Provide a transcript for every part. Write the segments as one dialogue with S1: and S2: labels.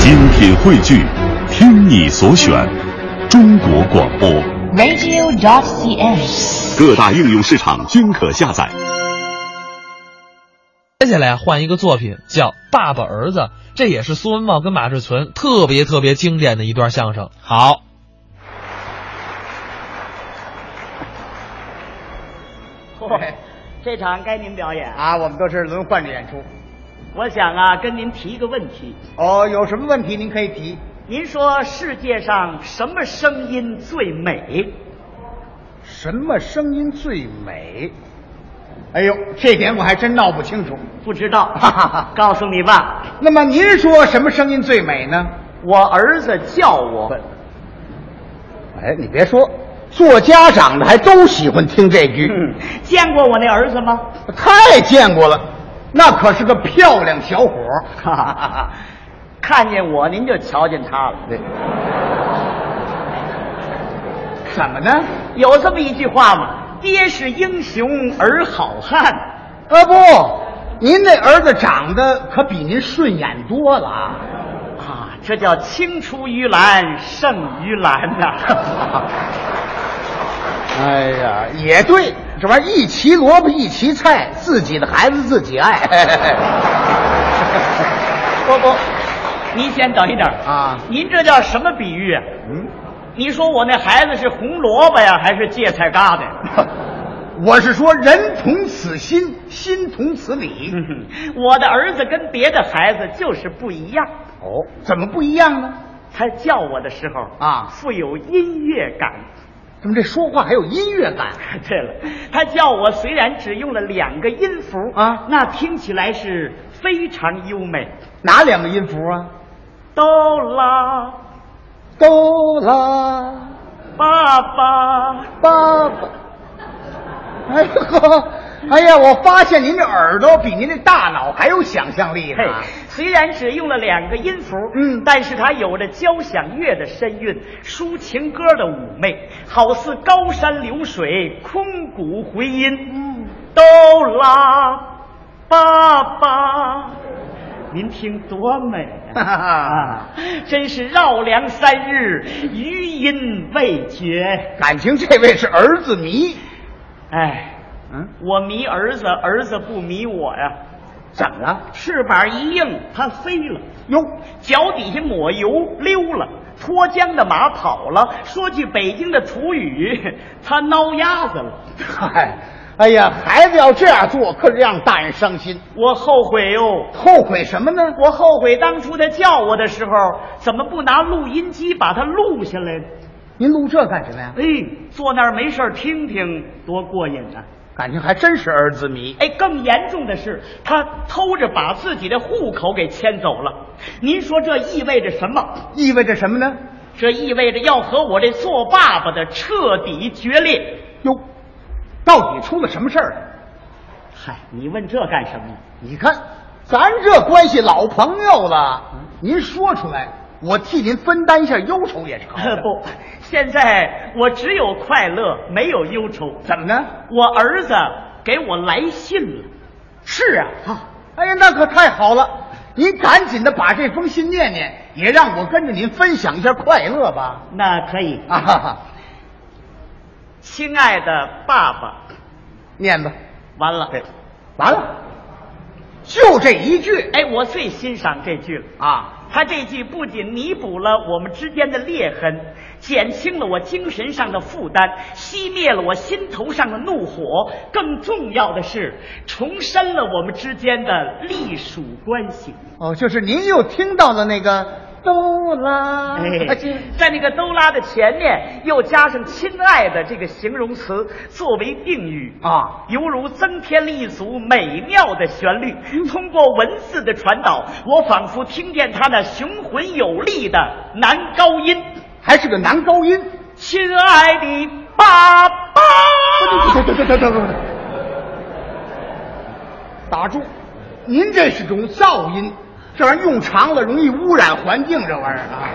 S1: 精品汇聚，听你所选，中国广播。
S2: radio.cn。
S1: 各大应用市场均可下载。
S3: 接下来啊换一个作品，叫《爸爸儿子》，这也是苏文茂跟马志存特别特别经典的一段相声。
S4: 好，
S5: 对，哎这场该您表演。
S4: 啊，我们都是轮换着演出。
S5: 我想啊，跟您提一个问题。
S4: 哦，有什么问题您可以提。
S5: 您说世界上什么声音最美？
S4: 什么声音最美？哎呦，这点我还真闹不清楚。
S5: 不知道， 告诉你吧，
S4: 那么您说什么声音最美呢？
S5: 我儿子叫我。
S4: 哎，你别说，做家长的还都喜欢听这句，
S5: 嗯， 见过我那儿子吗？
S4: 太见过了。那可是个漂亮小伙 儿，
S5: 哈哈哈哈，看见我您就瞧见他了。
S4: 对怎么呢？
S5: 有这么一句话吗？爹是英雄儿好汉。
S4: 呃，不，您那儿子长得可比您顺眼多了啊。
S5: 啊，这叫青出于蓝胜于蓝呐、
S4: 哎呀，也对，这玩意儿一齐萝卜一齐菜，自己的孩子自己爱。
S5: 不不，您先等一等
S4: 啊
S5: 您这叫什么比喻啊？
S4: 嗯，
S5: 你说我那孩子是红萝卜呀，还是芥菜疙瘩呀？
S4: 我是说人同此心，心同此理。
S5: 嗯我的儿子跟别的孩子就是不一样，
S4: 哦，怎么不一样呢？
S5: 他叫我的时候
S4: 啊
S5: 富有音乐感。
S4: 怎么这说话还有音乐感？
S5: 对了，他叫我虽然只用了两个音符
S4: 啊
S5: 那听起来是非常优美。
S4: 哪两个音符啊？
S5: 哆啦，
S4: 哆啦
S5: 爸爸，
S4: 爸爸。哎呦呵，哎呀，我发现您这耳朵比您这大脑还有想象力呢
S5: 嘿。，虽然只用了两个音符，
S4: 嗯
S5: 但是它有着交响乐的深韵，抒情歌的妩媚，好似高山流水，空谷回音。嗯，哆啦，爸爸，您听多美
S4: 哈
S5: 啊！
S4: 哈，
S5: 真是绕梁三日，余音未绝。
S4: 感情这位是儿子迷。
S5: 哎，
S4: 嗯，
S5: 我迷儿子，儿子不迷我呀。
S4: 怎么了？
S5: 翅膀一硬，它飞了。
S4: 哟，
S5: 脚底下抹油溜了，脱缰的马跑了。说句北京的土语， 他挠鸭子了。
S4: 嗨，哎呀，孩子要这样做，可是让大人伤心，
S5: 我后悔哟，
S4: 后悔什么呢？
S5: 我后悔当初他叫我的时候，怎么不拿录音机把它录下来呢？
S4: 您录这干什么呀？
S5: 哎，坐那儿没事儿听听，多过瘾啊！
S4: 感情还真是儿子迷。
S5: 哎，更严重的是，他偷着把自己的户口给迁走了。您说这意味着什么？
S4: 意味着什么呢？
S5: 这意味着要和我这做爸爸的彻底决裂。
S4: 哟，到底出了什么事儿了？
S5: 嗨，你问这干什么呀？
S4: 你看，咱这关系老朋友了，您说出来，我替您分担一下忧愁也是好 的。
S5: 呃不，现在我只有快乐，没有忧愁。
S4: 怎么呢？
S5: 我儿子给我来信了，
S4: 是啊，哎呀，那可太好了！您赶紧的把这封信念念，也让我跟着您分享一下快乐吧。
S5: 那可以。
S4: 啊 哈哈，
S5: 亲爱的爸爸，
S4: 念吧。
S5: 完了。
S4: 完了，就这一句
S5: 哎，我最欣赏这句了。
S4: 啊！
S5: 他这句不仅弥补了我们之间的裂痕，减轻了我精神上的负担，熄灭了我心头上的怒火，更重要的是重申了我们之间的隶属关系。
S4: 哦，就是您又听到了那个哆啦，
S5: 哎，在那个“兜拉”的前面又加上“亲爱的”这个形容词作为定语，
S4: 啊，
S5: 犹如增添了一组美妙的旋律。通过文字的传导，我仿佛听见他那雄浑有力的男高音。
S4: 还是个男高音。
S5: 亲爱的爸爸，
S4: 对对对对对对。打住！您这是种噪音，这玩意儿用长了容易污染环境，这玩意儿啊。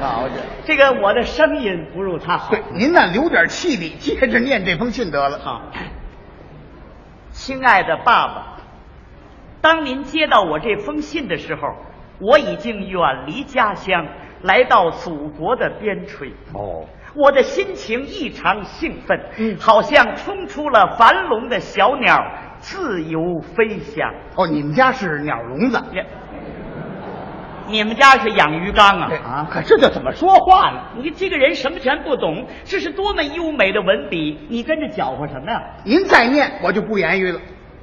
S4: 老去。
S5: 这个我的声音不如他好
S4: 对，。您呢留点气力，接着念这封信得了。
S5: 好，亲爱的爸爸，当您接到我这封信的时候，我已经远离家乡，来到祖国的边陲。
S4: 哦，
S5: 我的心情异常兴奋，好像冲出了樊笼的小鸟，自由飞翔。
S4: 哦，你们家是鸟笼子
S5: 你你们家是养鱼缸啊？
S4: 啊？可这叫怎么说话呢？
S5: 你这个人什么全不懂，这是多么优美的文笔！你跟着搅和什么呀？
S4: 您再念，我就不言语了。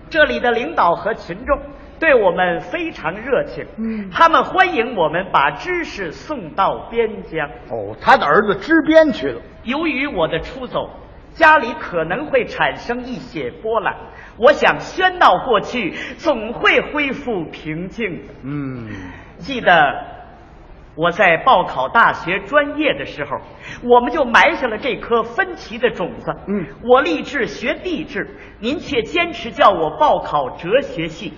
S5: 这里的领导和群众对我们非常热情，
S4: 嗯
S5: 他们欢迎我们把知识送到边疆。
S4: 哦，他的儿子支边去了。
S5: 由于我的出走，家里可能会产生一些波澜，我想喧闹过去，总会恢复平静的。
S4: 嗯，
S5: 记得我在报考大学专业的时候，我们就埋下了这颗分歧的种子。
S4: 嗯
S5: 我立志学地质，您却坚持叫我报考哲学系。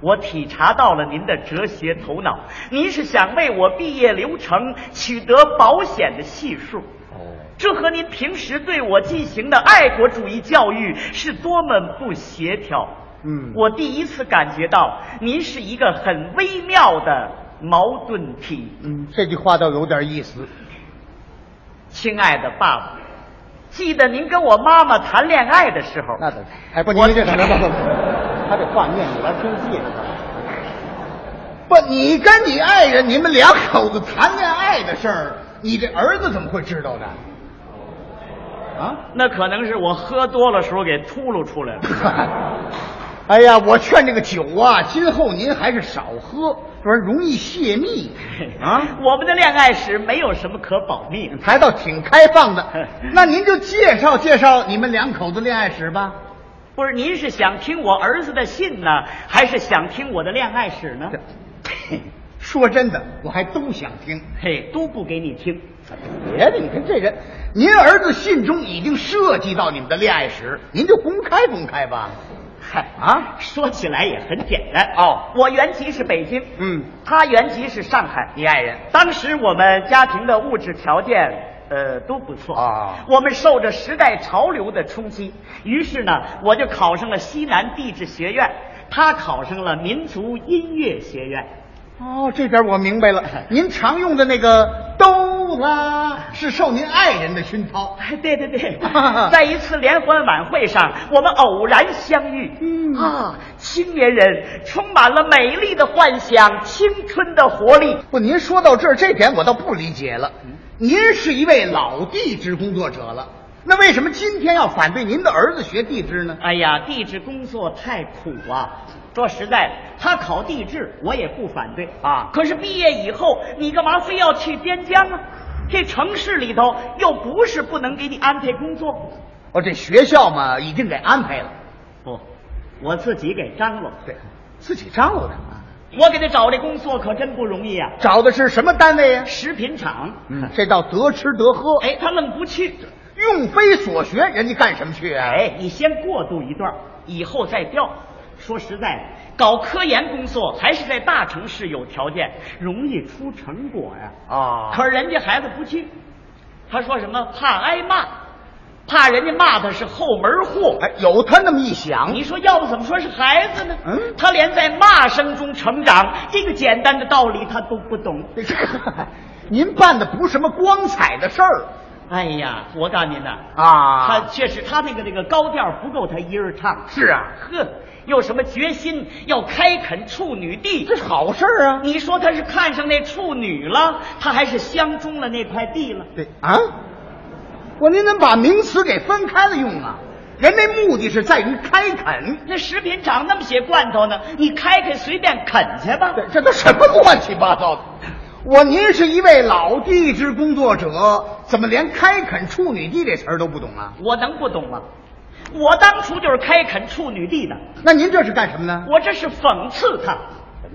S5: 我体察到了您的哲学头脑，您是想为我毕业流程取得保险的系数。
S3: 哦，
S5: 这和您平时对我进行的爱国主义教育是多么不协调。
S4: 嗯
S5: 我第一次感觉到您是一个很微妙的矛盾体。
S4: 嗯，这句话倒有点意思。
S5: 亲爱的爸爸，记得您跟我妈妈谈恋爱的时候，
S4: 那得，哎，不，您这什么？不不不，他这话念你来听记着。不，你跟你爱人，你们两口子谈恋爱的事儿，你这儿子怎么会知道呢？啊？
S5: 那可能是我喝多了时候给秃噜出来了。
S4: 哎呀，我劝这个酒啊，今后您还是少喝，不然容易泄密啊。
S5: 我们的恋爱史没有什么可保密的。
S4: 还倒挺开放的，那您就介绍介绍你们两口子恋爱史吧。
S5: 不是，您是想听我儿子的信呢，还是想听我的恋爱史呢？
S4: 说真的，我还都想听。
S5: 嘿，都不给你听。
S4: 别的，你看这人，您儿子信中已经涉及到你们的恋爱史，您就公开公开吧。
S5: 嗨
S4: 啊
S5: 说起来也很简单
S4: 哦
S5: 我原籍是北京，
S4: 嗯，
S5: 他原籍是上海。
S4: 你爱人
S5: 当时我们家庭的物质条件。呃，都不错
S4: 啊
S5: 我们受着时代潮流的冲击，于是呢，我就考上了西南地质学院，他考上了民族音乐学院。
S4: 哦，这点我明白了。您常用的那个哆啦，是受您爱人的熏陶。
S5: 哎，对对 对，在一次联欢晚会上，我们偶然相遇。
S4: 嗯
S5: 啊，青年人充满了美丽的幻想，青春的活力。
S4: 不，您说到这儿，这点我倒不理解了。您是一位老地质工作者了，那为什么今天要反对您的儿子学地质呢？
S5: 哎呀，地质工作太苦啊！说实在的，他考地质我也不反对
S4: 啊
S5: 可是毕业以后，你干嘛非要去边疆啊？这城市里头又不是不能给你安排工作。
S4: 哦，这学校嘛，已经给安排了，
S5: 不，我自己给张罗。
S4: 对，自己张罗的。
S5: 我给他找这工作可真不容易啊！
S4: 找的是什么单位呀、
S5: 食品厂，
S4: 嗯，这倒得吃得喝。
S5: 哎，他愣不去。
S4: 用非所学，人家干什么去啊？
S5: 哎，你先过渡一段，以后再调。说实在的，搞科研工作还是在大城市有条件，容易出成果呀、
S4: 啊
S5: 可是人家孩子不去，他说什么怕挨骂，怕人家骂他是后门货。
S4: 哎，有他那么一想
S5: 你，说要不怎么说是孩子呢？
S4: 嗯
S5: 他连在骂声中成长这个简单的道理他都不懂。
S4: 您办的不是什么光彩的事儿
S5: 哎呀，我告诉您呐、
S4: 啊
S5: 他确实他那个那个高调不够他一人唱。
S4: 是啊，
S5: 呵，有什么决心要开垦处女地
S4: 这？是好事儿啊。
S5: 你说他是看上那处女了，他还是相中了那块地了？
S4: 对啊，我您能把名词给分开了用啊？人那目的是在于开垦，
S5: 那食品厂那么些罐头呢，你开开随便啃去吧。
S4: 这这都什么乱七八糟的？我您是一位老地质工作者，怎么连开垦处女地这词儿都不懂啊？
S5: 我能不懂吗？我当初就是开垦处女地的，
S4: 那您这是干什么呢？
S5: 我这是讽刺他。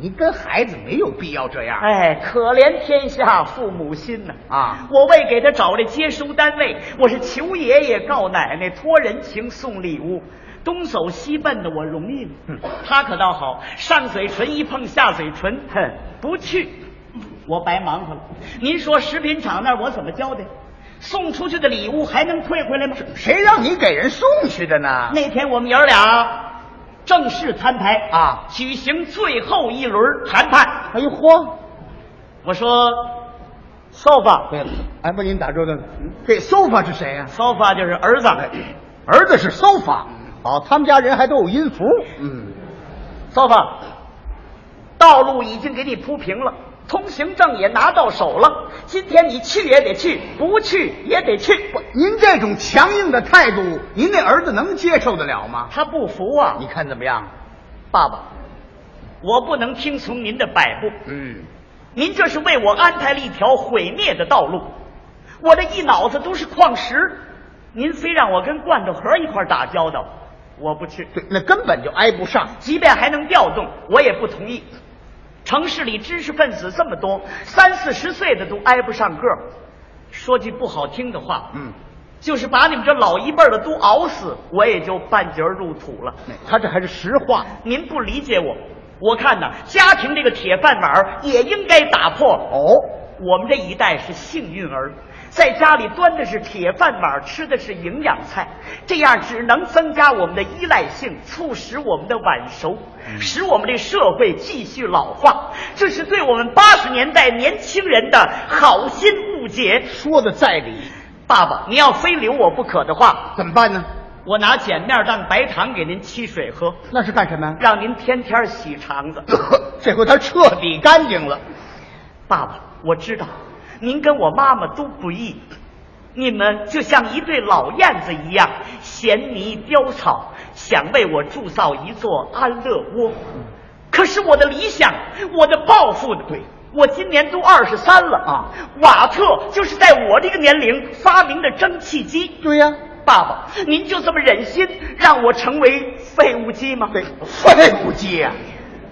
S4: 您跟孩子没有必要这样。
S5: 哎，可怜天下父母心呐、
S4: 啊
S5: 我为给他找这接收单位，我是求爷爷告奶奶，托人情送礼物，东走西奔的，我容易吗？他可倒好，上嘴唇一碰下嘴唇，哼，不去，我白忙活了。您说食品厂那儿我怎么交代？送出去的礼物还能退回来吗？
S4: 谁让你给人送去的呢？
S5: 那天我们爷儿俩正式摊牌
S4: 啊
S5: 举行最后一轮谈判。
S4: 哎呦嚯！
S5: 我说，sofa
S4: 对了，哎，不，您打住了。这 sofa 是谁呀、啊
S5: sofa 就是儿子，
S4: 儿子是 sofa，哦，他们家人还都有音符。嗯，
S5: sofa，道路已经给你铺平了，通行证也拿到手了，今天你去也得去，不去也得去。
S4: 您这种强硬的态度，您那儿子能接受得了吗？
S5: 他不服啊，
S4: 你看怎么样？
S5: 爸爸，我不能听从您的摆布，
S4: 嗯，
S5: 您这是为我安排了一条毁灭的道路。我这一脑子都是矿石，您非让我跟罐头盒一块儿打交道，我不去。
S4: 对，那根本就挨不上。
S5: 即便还能调动，我也不同意。城市里知识分子这么多，三四十岁的都挨不上个儿。说句不好听的话，
S4: 嗯，
S5: 就是把你们这老一辈儿的都熬死，我也就半截儿入土了。
S4: 他这还是实话。
S5: 您不理解我，我看呐，家庭这个铁饭碗儿也应该打破。
S4: 哦，
S5: 我们这一代是幸运儿，在家里端的是铁饭碗，吃的是营养菜，这样只能增加我们的依赖性，促使我们的晚熟，
S4: 嗯
S5: 使我们这社会继续老化。这是对我们八十年代年轻人的好心误解。
S4: 说的在理，
S5: 爸爸，您要非留我不可的话，
S4: 怎么办呢？
S5: 我拿碱面当白糖给您沏水喝，
S4: 那是干什么呀？
S5: 让您天天洗肠子。
S4: 这回他彻底干净了。
S5: 爸爸，我知道您跟我妈妈都不易，你们就像一对老燕子一样衔泥雕草，想为我铸造一座安乐窝。可是我的理想，我的抱负呢？对，我今年都二十三了啊！瓦特就是在我这个年龄发明的蒸汽机。
S4: 对呀、
S5: 爸爸，您就这么忍心让我成为废物机吗？
S4: 对，废物机呀、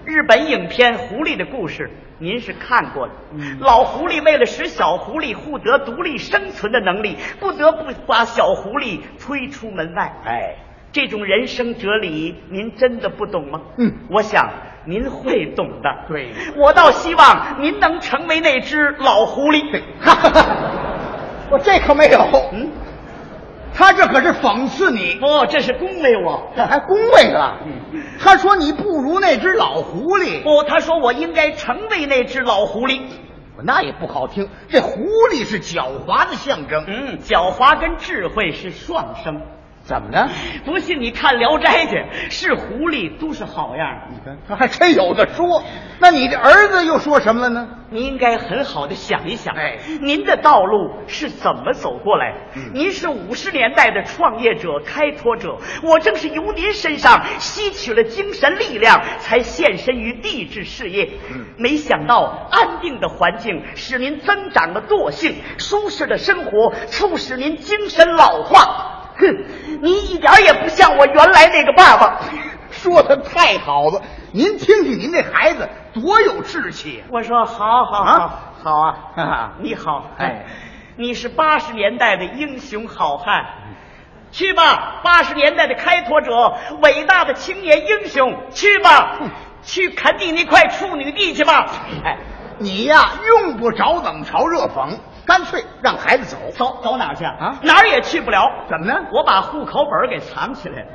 S5: 日本影片《狐狸的故事》，您是看过的。老狐狸为了使小狐狸获得独立生存的能力，不得不把小狐狸推出门外。
S4: 哎，
S5: 这种人生哲理，您真的不懂吗？
S4: 嗯
S5: 我想您会懂的。
S4: 对
S5: 我倒希望您能成为那只老狐狸。
S4: 对，哈哈哈，我这可没有。嗯，哦他这可是讽刺你，
S5: 不，哦这是恭维我。
S4: 这还恭维了。他说你不如那只老狐狸，
S5: 不，哦他说我应该成为那只老狐狸。
S4: 那也不好听。这狐狸是狡猾的象征。
S5: 嗯，狡猾跟智慧是双生。
S4: 怎么呢？
S5: 不信你看《聊斋》去，是狐狸都是好样的。
S4: 你看他还真有的说。那你这儿子又说什么了呢？
S5: 您应该很好的想一想，
S4: 哎嗯
S5: 您的道路是怎么走过来的？您是五十年代的创业者、开拓者，我正是由您身上吸取了精神力量，才献身于地质事业。
S4: 嗯
S5: 没想到安定的环境使您增长了惰性，舒适的生活促使您精神老化。哼，您一点儿也不像我原来那个爸爸。
S4: 说的太好了，您听听您这孩子多有志气
S5: 我说好好
S4: 啊
S5: 好好啊，
S4: 哈哈
S5: 你好，
S4: 哎，
S5: 你是八十年代的英雄好汉，去吧，八十年代的开拓者，伟大的青年英雄，去吧，
S4: 嗯
S5: 去啃你那块处女地去吧，哎，
S4: 你呀，用不着冷嘲热讽，干脆让孩子走。
S5: 走走哪儿去
S4: 啊
S5: 哪儿也去不了，
S4: 怎么呢嗯
S5: 我把户口本给藏起来了。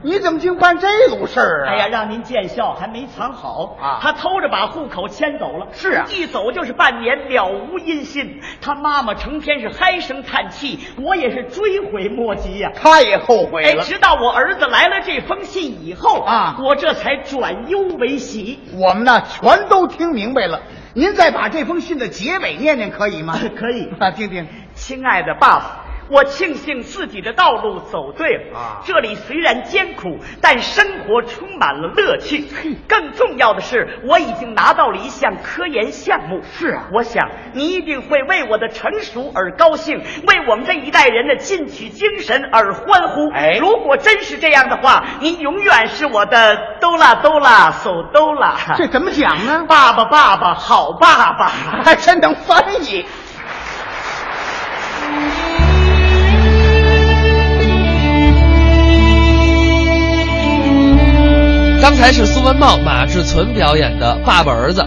S4: 你怎么净办这路事儿啊？
S5: 哎呀，，让您见笑，还没藏好
S4: 啊
S5: 他偷着把户口迁走了。
S4: 是啊
S5: 一走就是半年，了无音信。他妈妈成天是唉声叹气，我也是追悔莫及呀、
S4: 他也后悔
S5: 哎，
S4: 了。
S5: 直到我儿子来了这封信以后
S4: 啊
S5: 我这才转忧为喜。
S4: 我们呢，全都听明白了。您再把这封信的结尾念念可以吗？
S5: 可以
S4: 啊，听听。
S5: 亲爱的爸爸，我庆幸自己的道路走对了。
S4: 啊
S5: 这里虽然艰苦，但生活充满了乐趣。更重要的是，我已经拿到了一项科研项目。
S4: 是啊
S5: 我想你一定会为我的成熟而高兴，为我们这一代人的进取精神而欢呼。
S4: 哎
S5: 如果真是这样的话，您永远是我的哆啦哆啦手哆啦。
S4: 这怎么讲呢？
S5: 爸爸，爸爸，好爸爸。
S4: 还真能翻译。
S3: 刚才是苏文茂、马志存表演的《爸爸儿子》，